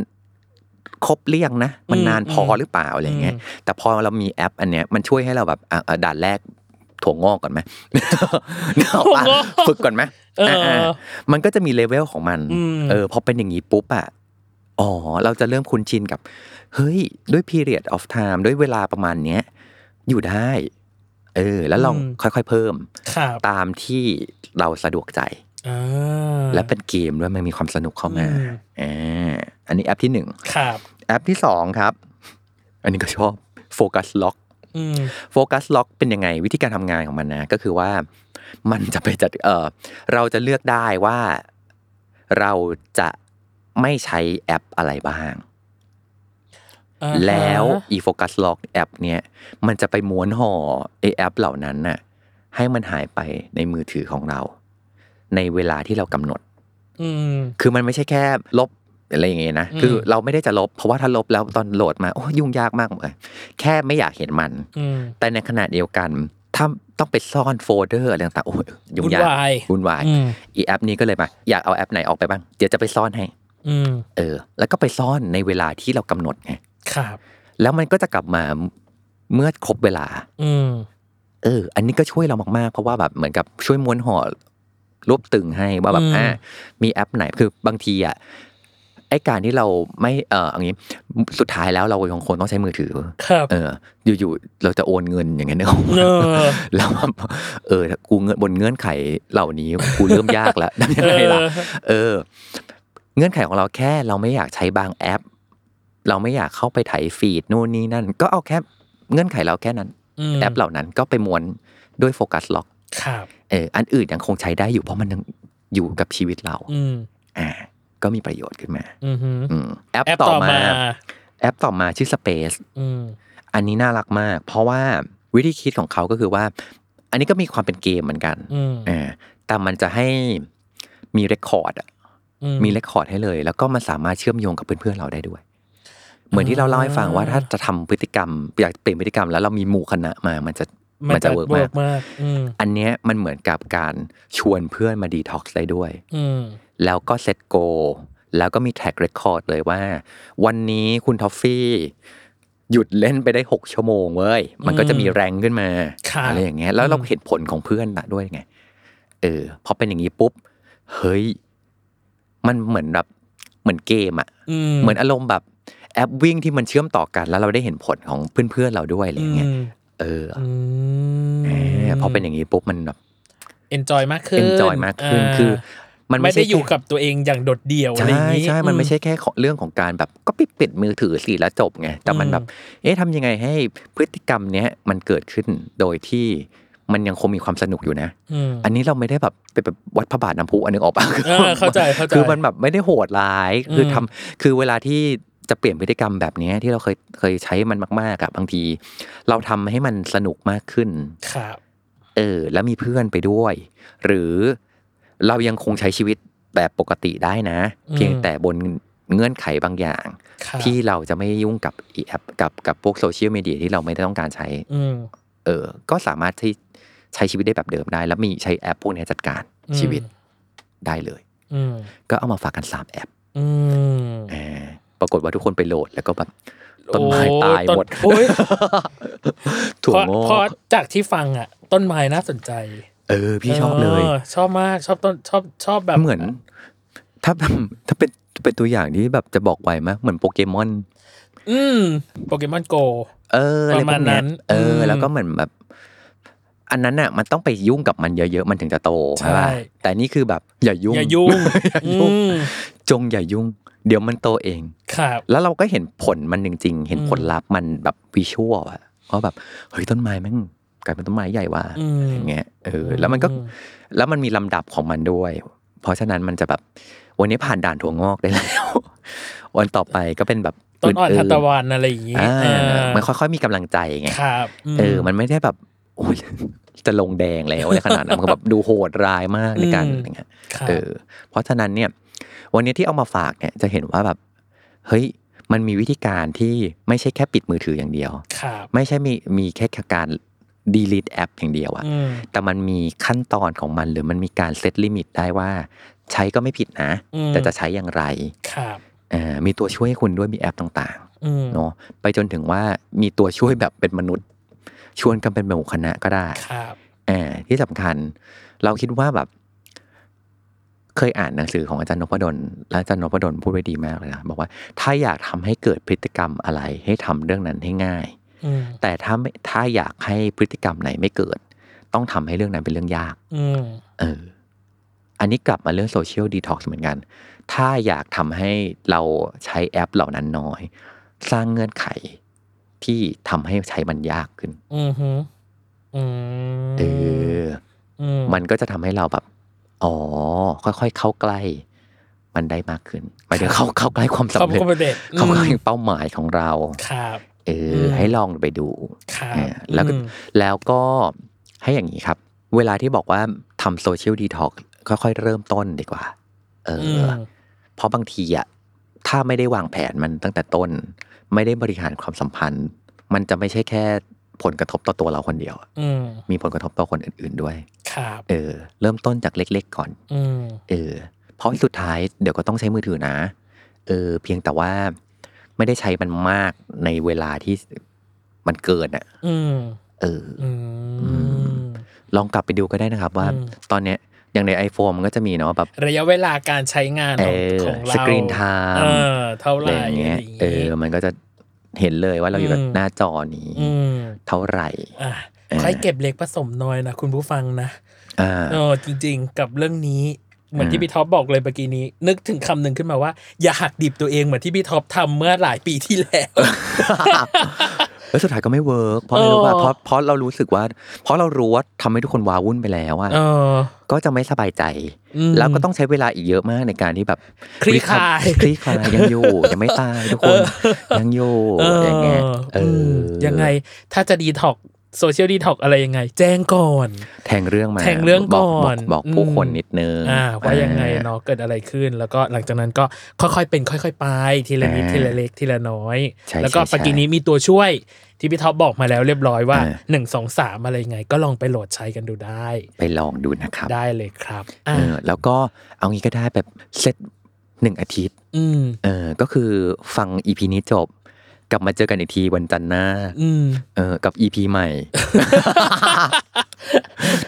[SPEAKER 2] ครบหรือยังนะ มัน
[SPEAKER 3] อืม
[SPEAKER 2] นานพอ
[SPEAKER 3] ม
[SPEAKER 2] หรือเปล่าอะไรอย่างเงี้ย
[SPEAKER 3] อื
[SPEAKER 2] แต่พอเรามีแอป อันเนี้ย มันช่วยให้เราแบบอ่ะอ่ะด่านแรกถั่วงอกก่อนไหม นึกออกปะ
[SPEAKER 3] ถั่วงอก
[SPEAKER 2] ฝึกก่อนไหม
[SPEAKER 3] เออ
[SPEAKER 2] อ่าๆมันก็จะมีเลเวลของมัน
[SPEAKER 3] อืม
[SPEAKER 2] เออ พอเป็นอย่างนี้ปุ๊บอะอ๋อ เราจะเริ่มคุ้นชินกับ เฮ้ย ด้วย period of time ด้วยเวลาประมาณเนี้ย อยู่ได้ เออ แล้วลองค่อยๆ เพิ่ม
[SPEAKER 3] ครับ
[SPEAKER 2] ตามที่เราสะดวกใจ
[SPEAKER 3] อ่า
[SPEAKER 2] และเป็นเกมด้วยมันมีความสนุกเข้ามา
[SPEAKER 3] อืม
[SPEAKER 2] อ่าอันนี้แอปที่หนึ่ง
[SPEAKER 3] ครับ
[SPEAKER 2] แอปที่สองครับ อันนี้ก็ชอบโฟกัสล็อก
[SPEAKER 3] อืม
[SPEAKER 2] โฟกัสล็อกเป็นยังไงวิธีการทำงานของมันนะ ก็คือว่ามันจะไปจัดเออเราจะเลือกได้ว่าเราจะไม่ใช้แอปอะไรบ้าง
[SPEAKER 3] อ่าฮะ
[SPEAKER 2] แล้วอีโฟกัสล็อกแอปเนี้ยมันจะไปม้วนห่อไอแอปเหล่านั้นน่ะให้มันหายไปในมือถือของเรา ในเวลาที่เรากำหนด
[SPEAKER 3] อืม
[SPEAKER 2] คือมันไม่ใช่แค่ลบอะไรอย่างเงี้ยนะ
[SPEAKER 3] อืม
[SPEAKER 2] คือเราไม่ได้จะลบ เพราะว่าถ้าลบแล้วตอนโหลดมาโอ้ยยุ่งยากมากเลยแค่ไม่อยากเห็นมัน
[SPEAKER 3] อืม
[SPEAKER 2] แต่ในขณะเดียวกัน ถ้าต้องไปซ่อนโฟลเดอร์อะไรต่างๆ โอ้ยยุ่ง
[SPEAKER 3] วุ่น
[SPEAKER 2] ยาก
[SPEAKER 3] วาย
[SPEAKER 2] วุ่นวาย
[SPEAKER 3] อืม
[SPEAKER 2] อีแอปนี้ก็เลยมา อยากเอาแอปไหนออกไปบ้าง เดี๋ยวจะไปซ่อนให้
[SPEAKER 3] อืม
[SPEAKER 2] เออ แล้วก็ไปซ่อนในเวลาที่เรากำหนดไง
[SPEAKER 3] ครับ
[SPEAKER 2] แล้วมันก็จะกลับมาเมื่อครบเวลา
[SPEAKER 3] อืม
[SPEAKER 2] เออ อันนี้ก็ช่วยเรามากๆ เพราะว่าแบบเหมือนกับช่วยม้วนห่อรวบตึงให้ว่าแบ
[SPEAKER 3] อื
[SPEAKER 2] บ
[SPEAKER 3] ม
[SPEAKER 2] อ่ามีแอปไหน คือบางทีอ่ะ ไอการที่เราไม่ เอออย่างนี้ สุดท้ายแล้วเรายังคงต้องใช้มือถือ
[SPEAKER 3] ครับ
[SPEAKER 2] เออ อยู่ๆ เราจะโอนเงินอย่างเงี้ย นึกออกปะ
[SPEAKER 3] เนออ
[SPEAKER 2] แล้วแบบเออถ้ากูเงินบนเงื่อนไขเหล่านี้กูเริ่มยากแล้ว ทำยังไงล่ะเออ เงื่อนไขของเราแค่เราไม่อยากใช้บางแอป เราไม่อยากเข้าไปไถฟีดนู่นนี่นั่น ก็เอาแค่เงื่อนไขเราแค่นั้น
[SPEAKER 3] ม
[SPEAKER 2] แอปเหล่านั้นก็ไปม้วนด้วยโฟกัสล็อก
[SPEAKER 3] ครับ
[SPEAKER 2] เอออันอื่นยังคงใช้ได้อยู่เพราะมันยังอยู่กับชีวิตเรา
[SPEAKER 3] อืม
[SPEAKER 2] อ่าก็มีประโยชน์ขึ้นมา
[SPEAKER 3] อืมฮึ
[SPEAKER 2] อืมแอป
[SPEAKER 3] แอป
[SPEAKER 2] ต่
[SPEAKER 3] ต่
[SPEAKER 2] อ
[SPEAKER 3] อ
[SPEAKER 2] มา
[SPEAKER 3] มา
[SPEAKER 2] แอปต่อมาชื่อ Space
[SPEAKER 3] อืม
[SPEAKER 2] อันนี้น่ารักมาก เพราะว่าวิธีคิดของเขาก็คือว่า อันนี้ก็มีความเป็นเกมเหมือนกัน
[SPEAKER 3] อืม
[SPEAKER 2] อ่า แต่มันจะให้มีเรคคอร์ดอะ
[SPEAKER 3] อื
[SPEAKER 2] มีเรคคอร์ดให้เลย แล้วก็มันสามารถเชื่อมโยงกับเพื่อนๆเราได้ด้วย เหมือนที่เราเล่าให้ฟังว่าถ้าจะทำพฤติกรรมอยากเปลี่ยนพฤติกรรม แล้วเรามีหมู่คณะมามันจะ
[SPEAKER 3] มันจะ
[SPEAKER 2] เวิร์ก
[SPEAKER 3] เวิ
[SPEAKER 2] มาก
[SPEAKER 3] ร์กมาก อืม
[SPEAKER 2] อันเนี้ยมันเหมือนกับการชวนเพื่อนมาดีท็อกซ์ได้ด้วย
[SPEAKER 3] อืม
[SPEAKER 2] แล้วก็เซตโกแล้วก็มีแท็กเรคคอร์ดเลยว่า วันนี้คุณท็อฟฟี่ หยุดเล่นไปได้ 6 ชั่วโมงเว้ย มันก็จะมีแรงขึ้นมา
[SPEAKER 3] ค่ะ
[SPEAKER 2] อะไรอย่างเงี้ยแล้วเรา
[SPEAKER 3] อืม
[SPEAKER 2] เห็นผลของเพื่อนละด้วยไง เออ พอเป็นอย่างนี้ปุ๊บ เฮ้ย มันเหมือนแบบเหมือนเกมอะ
[SPEAKER 3] อื
[SPEAKER 2] เหมือนอารมณ์แบบแอปวิ่งที่มันเชื่อมต่อกันแล้วเราได้เห็นผลของเพื่อนๆเราด้วยอะไรอย่างเงี้ย
[SPEAKER 3] ม
[SPEAKER 2] เอออ
[SPEAKER 3] อื
[SPEAKER 2] เอ
[SPEAKER 3] ม
[SPEAKER 2] อพอเป็นอย่างนี้ปุ๊บมันแบบ
[SPEAKER 3] เอนจอยมากขึ้น
[SPEAKER 2] เอนจอยมากขึ้น
[SPEAKER 3] า
[SPEAKER 2] คือ มันไม่
[SPEAKER 3] ไม่
[SPEAKER 2] ใช่
[SPEAKER 3] ได้อยู่กับตัวเองอย่างโดดเดี่ยวอะไรอ
[SPEAKER 2] ใช่
[SPEAKER 3] ย่างงี้
[SPEAKER 2] ใช่ มันไม่
[SPEAKER 3] อื
[SPEAKER 2] ใช่แค่ของเรื่องของการแบบก็ปิดปิดมือถือสิแล้วจบไง แต่มัน
[SPEAKER 3] อืม
[SPEAKER 2] แบบ เอ๊ะทำยังไงให้พฤติกรรมเนี้ยมันเกิดขึ้นโดยที่มันยังคงมีความสนุกอยู่นะ
[SPEAKER 3] อืม
[SPEAKER 2] อันนี้เราไม่ได้แบบไปแบบวัดพระบาทน้ำพุอันนึงออกปะ
[SPEAKER 3] เออเข้าใจเข้าใจ
[SPEAKER 2] คือมันแบบไม่ได้โหดร้าย คืออ
[SPEAKER 3] ม
[SPEAKER 2] ทำคือเวลาที่จะเปลี่ยนพฤติกรรมแบบเนี้ยที่เราเคยเคยใช้มันมากๆอะบางที เราทำให้มันสนุกมากขึ้น
[SPEAKER 3] ครับ
[SPEAKER 2] เออแล้วมีเพื่อนไปด้วย หรือเรายังคงใช้ชีวิตแบบปกติได้นะ
[SPEAKER 3] อืม
[SPEAKER 2] เพียงแต่บนเงื่อนไขบางอย่าง
[SPEAKER 3] ครับ
[SPEAKER 2] ที่เราจะไม่ยุ่งกับอีแอปกับกับพวกโซเชียลมีเดียที่เราไม่ได้ต้องการใช้
[SPEAKER 3] อืม
[SPEAKER 2] เออ ก็สามารถที่ใช้ชีวิตได้แบบเดิมได้ แล้วมีใช้แอปพวกเนี้ยจัดการ
[SPEAKER 3] อืม
[SPEAKER 2] ชีวิตได้เลย
[SPEAKER 3] อืม
[SPEAKER 2] ก็เอามาฝากกันสามแอป
[SPEAKER 3] อืม
[SPEAKER 2] อ่าปรากฏว่าทุกคนไปโหลดแล้วก็แบบต้นไม้
[SPEAKER 3] โอ้
[SPEAKER 2] ตาย
[SPEAKER 3] ต้น
[SPEAKER 2] หมด
[SPEAKER 3] โอ้ย
[SPEAKER 2] ถั่วงอก
[SPEAKER 3] เพราะเพราะจากที่ฟังอ่ะ ต้นไม้น่าสนใจ
[SPEAKER 2] เออ พี่ชอบเลย
[SPEAKER 3] อชอบมากชอบต้นชอบชอบแบบ
[SPEAKER 2] เหมือน ถ้า แบบถ้าเป็นเป็นตัวอย่างที่แบบจะบอกไวมากเหมือนโปเกมอน
[SPEAKER 3] อืมโปเกมอนโก
[SPEAKER 2] เอออะไร
[SPEAKER 3] ป
[SPEAKER 2] พ
[SPEAKER 3] ระมาว ณ
[SPEAKER 2] กเนี้
[SPEAKER 3] นั้
[SPEAKER 2] ย
[SPEAKER 3] น
[SPEAKER 2] เอออ
[SPEAKER 3] ม
[SPEAKER 2] แล้วก็เหมือนแบบ อันนั้นอ่ะ มันต้องไปยุ่งกับมันเยอะๆ มันถึงจะโตใช่ป่ะแต่นี่คือแบบอย่ายุ่ง
[SPEAKER 3] อย่ายุ่ง
[SPEAKER 2] อย่า
[SPEAKER 3] อื
[SPEAKER 2] ยุ่ง
[SPEAKER 3] ม
[SPEAKER 2] จงอย่ายุ่ง เดี๋ยวมันโตเอง
[SPEAKER 3] ครับ
[SPEAKER 2] แล้วเราก็เห็นผลมันจริง ๆ เห็น
[SPEAKER 3] อืม
[SPEAKER 2] ผลลัพธ์มันแบบวิชวลอะว่าแบบเฮ้ยต้นไม้แม่งกลายเป็นต้นไม้ใหญ่ว่ะ
[SPEAKER 3] อืม
[SPEAKER 2] อย่างเงี้ยเอออ
[SPEAKER 3] ม
[SPEAKER 2] แล้วมันก็แล้วมันมีลำดับของมันด้วย เพราะฉะนั้นมันจะแบบวันนี้ผ่านด่านถั่วงอกได้แล้ว วันต่อไปก็เป็นแบบ
[SPEAKER 3] ต้นอ่อน
[SPEAKER 2] ๆ
[SPEAKER 3] ทานตะวันอะไรอย่างงี้
[SPEAKER 2] อ่า
[SPEAKER 3] เออ
[SPEAKER 2] มันค่อยๆมีกำลังใจไง
[SPEAKER 3] ครับ
[SPEAKER 2] เออ มันไม่ได้แบบโอ้ย จะลงแดงแล้วในขนาดนั้นมันก็แบบดูโหดร้ายมากในการอย่างเงี้ย
[SPEAKER 3] ครับ
[SPEAKER 2] เออเพราะฉะนั้นเนี่ยวันนี้ที่เอามาฝากเนี่ยจะเห็นว่าแบบเฮ้ยมันมีวิธีการที่ไม่ใช่แค่ปิดมือถืออย่างเดียว
[SPEAKER 3] ครับ
[SPEAKER 2] ไม่ใช่มีมีแค่การ delete แอปอย่างเดียวอะ
[SPEAKER 3] อืม
[SPEAKER 2] แต่มันมีขั้นตอนของมันหรือมันมีการเซตลิมิตได้ว่า ใช้ก็ไม่ผิดนะ
[SPEAKER 3] อืม
[SPEAKER 2] แต่จะใช้อย่างไร
[SPEAKER 3] ครับ
[SPEAKER 2] เอ่อมีตัวช่วยให้คุณด้วยมีแอปต่าง
[SPEAKER 3] อืม
[SPEAKER 2] ๆเนาะไปจนถึงว่ามีตัวช่วยแบบเป็นมนุษย์ ชวนกันเป็นหมู่คณะก็ได้
[SPEAKER 3] ครับ
[SPEAKER 2] อ่าที่สำคัญเราคิดว่าแบบ เคยอ่านหนังสือของอาจารย์นพดลและอาจารย์นพดลพูดไว้ดีมากเลยนะบอกว่าถ้าอยากทำให้เกิดพฤติกรรมอะไร ให้ทำเรื่องนั้นให้ง่าย
[SPEAKER 3] อืม
[SPEAKER 2] แต่ถ้าไม่ถ้าอยากให้พฤติกรรมไหนไม่เกิด ต้องทำให้เรื่องนั้นเป็นเรื่องยาก
[SPEAKER 3] อืม
[SPEAKER 2] เออ อันนี้กลับมาเรื่องโซเชียลดีท็อกซ์เหมือนกัน ถ้าอยากทำให้เราใช้แอปเหล่านั้นน้อย สร้างเงื่อนไขที่ทำให้ใช้มันยากขึ้น
[SPEAKER 3] อืมฮึอืม
[SPEAKER 2] เออ
[SPEAKER 3] อืม
[SPEAKER 2] มันก็จะทำให้เราแบบ อ๋อ ค่อยๆ เข้าใกล้ มันได้มากขึ้นหมายถึงเข้าเข้าใกล้ความ
[SPEAKER 3] ขอ
[SPEAKER 2] สำ
[SPEAKER 3] บ
[SPEAKER 2] เร็จ
[SPEAKER 3] คุณประเด็น
[SPEAKER 2] เข้าใกล้เป้าหมายของเรา
[SPEAKER 3] ครับ
[SPEAKER 2] เอออ
[SPEAKER 3] ม
[SPEAKER 2] ให้ลองไปดู
[SPEAKER 3] ครับ
[SPEAKER 2] เออแล้วก็
[SPEAKER 3] อืม
[SPEAKER 2] แล้วก็ให้อย่างนี้ครับ เวลาที่บอกว่าทำโซเชียลดีท็อกค่อยๆ เริ่มต้นดีกว่า เอออ
[SPEAKER 3] ม
[SPEAKER 2] เพราะบางทีอะถ้าไม่ได้วางแผนมันตั้งแต่ต้น ไม่ได้บริหารความสัมพันธ์ มันจะไม่ใช่แค่ผลกระทบต่อตัวเราคนเดียวอะ
[SPEAKER 3] อืม
[SPEAKER 2] มีผลกระทบต่อคนอื่น ๆด้วย
[SPEAKER 3] ครับ
[SPEAKER 2] เออ เริ่มต้นจากเล็ก ๆ ก่อน
[SPEAKER 3] อืม
[SPEAKER 2] เออเพราะสุดท้ายเดี๋ยวก็ต้องใช้มือถือนะ เออ เพียงแต่ว่าไม่ได้ใช้มันมากในเวลาที่มันเกินอะ่ะ
[SPEAKER 3] อืม
[SPEAKER 2] เออ
[SPEAKER 3] อืม
[SPEAKER 2] ลองกลับไปดูก็ได้นะครับว่า
[SPEAKER 3] อืม
[SPEAKER 2] ตอนเนี้ยอย่างใน iPhone มันก็จะมีเนาะแบบ
[SPEAKER 3] ระยะเวลาการใช้งานของ
[SPEAKER 2] เออ
[SPEAKER 3] ของเรา
[SPEAKER 2] screen time
[SPEAKER 3] เออเท่า
[SPEAKER 2] อะ
[SPEAKER 3] ไห
[SPEAKER 2] ไร
[SPEAKER 3] ร่
[SPEAKER 2] อย่างเงี้ย
[SPEAKER 3] ะไรางงี้
[SPEAKER 2] เออ มันก็จะเห็นเลยว่าเราอยู่กับ
[SPEAKER 3] อืม
[SPEAKER 2] หน้าจอนี้
[SPEAKER 3] อืม
[SPEAKER 2] เท่าไหร่
[SPEAKER 3] อ่ะ
[SPEAKER 2] เออ
[SPEAKER 3] ค่อยเก็บเล็กผสมน้อยนะคุณผู้ฟังนะ
[SPEAKER 2] อ่า
[SPEAKER 3] เออจริง ๆ กับเรื่องนี้เหมือน
[SPEAKER 2] อืม
[SPEAKER 3] ที่พี่ท็อปบอกเลยเมื่อกี้นี้ นึกถึงคำหนึ่งขึ้นมาว่า อย่าหักดิบตัวเองเหมือนที่พี่ท็อปทำเมื่อหลายปีที่แล้ว
[SPEAKER 2] แล้วสุดท้ายก็ไม่เวิร์กเพราะอะไรรู้ป่ะเพราะเพราะเรารู้สึกว่า เพราะเรารู้ว่าทำให้ทุกคนวาวุ่นไปแล้วอะ
[SPEAKER 3] เออ
[SPEAKER 2] ก็จะไม่สบายใจ
[SPEAKER 3] อืม
[SPEAKER 2] แล้วก็ต้องใช้เวลาอีกเยอะมากในการที่แบบ
[SPEAKER 3] คลี่คลาย
[SPEAKER 2] คลี่คลายยังอยู่ ยังไม่ตายทุกคน ยังอยู่
[SPEAKER 3] เออ
[SPEAKER 2] อ
[SPEAKER 3] อย่าง
[SPEAKER 2] เงี้ยเออ
[SPEAKER 3] มยังไงถ้าจะดีท็อก โซเชียลดีท็อกอะไรยังไง แจ้งก่อน
[SPEAKER 2] แทงเรื่องมา
[SPEAKER 3] แทงเรื่องก่อน
[SPEAKER 2] บบอกบอกผู้
[SPEAKER 3] อืม
[SPEAKER 2] คนนิดนึง
[SPEAKER 3] อ่าว่ายังไง
[SPEAKER 2] อ่
[SPEAKER 3] เนาะเกิดอะไรขึ้น แล้วก็หลังจากนั้นก็ค่อยๆเป็น ค่อย ๆ ไป ทีละนิด
[SPEAKER 2] อ่า
[SPEAKER 3] ทีละเล็กทีละน้อย
[SPEAKER 2] ใช่
[SPEAKER 3] แล้วก็
[SPEAKER 2] ใช่ใช่
[SPEAKER 3] ปากีนี้มีตัวช่วยที่พี่ท็อปบอกมาแล้วเรียบร้อยว่า
[SPEAKER 2] อ่า
[SPEAKER 3] หนึ่งสองสามอะไรยังไง ก็ลองไปโหลดใช้กันดูได้
[SPEAKER 2] ไปลองดูนะครับ
[SPEAKER 3] ได้เลยครับ
[SPEAKER 2] เอ
[SPEAKER 3] อ่า
[SPEAKER 2] อแล้วก็เอางี้ก็ได้แบบเซตหนึ่งอาทิตย์
[SPEAKER 3] อืม
[SPEAKER 2] เออก็คือฟังอีพีนี้จบ กลับมาเจอกันอีกทีวันจันทร์หน้า
[SPEAKER 3] อืม
[SPEAKER 2] เออกับอีพีใหม่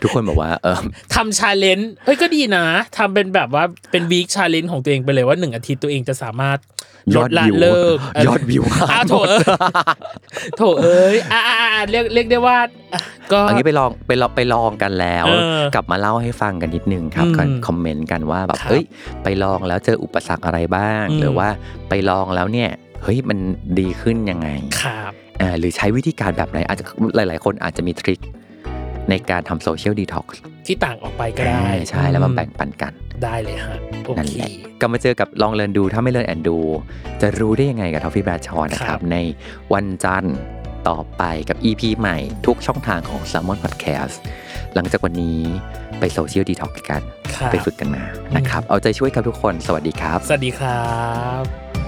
[SPEAKER 2] ทุกคนบอกว่าเออ
[SPEAKER 3] ทำชาเลนจ์เอ้ยก็ดีนะทำเป็นแบบว่าเป็นวีคชาเลนจ์ของตัวเองไปเลยว่าหนึ่งอาทิตย์ตัวเองจะสามารถ
[SPEAKER 2] ย
[SPEAKER 3] ล
[SPEAKER 2] อ
[SPEAKER 3] ด
[SPEAKER 2] ด
[SPEAKER 3] ละ
[SPEAKER 2] วิว
[SPEAKER 3] เลิกเ
[SPEAKER 2] ยอดวิวหาย
[SPEAKER 3] อ้าว
[SPEAKER 2] หมด
[SPEAKER 3] โถเอ้ยโถเอ้ยอ่าอ่าอ่าเรียกเรียกได้ว่าอ่ะก็
[SPEAKER 2] อันนี้ไปลองไปลองไปลองกันแล้ว
[SPEAKER 3] เออก
[SPEAKER 2] ลับมาเล่าให้ฟังกันนิดนึงครับ
[SPEAKER 3] อืม
[SPEAKER 2] กันคอมเมนต์กันว่าแบบ
[SPEAKER 3] ครับ
[SPEAKER 2] เอ้ยไปลองแล้วเจออุปสรรคอะไรบ้าง
[SPEAKER 3] อืม
[SPEAKER 2] หรือว่าไปลองแล้วเนี่ยเฮ้ยมันดีขึ้นยังไง
[SPEAKER 3] ครับ
[SPEAKER 2] อ่าหรือใช้วิธีการแบบไหนอาจจะหลาย ๆ คนอาจจะมีทริคในการทำโซเชียลดีท็อกซ์
[SPEAKER 3] ที่ต่างออกไปก็ได้
[SPEAKER 2] ใช่แล้วมาแบ่งปันกัน
[SPEAKER 3] ได้เลยฮะ โอ
[SPEAKER 2] นั่น
[SPEAKER 3] เค
[SPEAKER 2] แหละกลับมาเจอกับลองเรียนดูถ้าไม่เรียนแอนดู จะรู้ได้ยังไงกับทอฟฟี่แบรชอนะค
[SPEAKER 3] ครั
[SPEAKER 2] รับ
[SPEAKER 3] บ
[SPEAKER 2] ในวันจันทร์ต่อไปกับ EP ใหม่ทุกช่องทางของ s ซ l m o n Podcast หลังจากวันนี้ไปโซเชียลดีท็อกกัน
[SPEAKER 3] ครับ
[SPEAKER 2] ไปฝึกกันมานะครับ เอาใจช่วยครับทุกคนสวัสดีครับ
[SPEAKER 3] สวัสดีครับ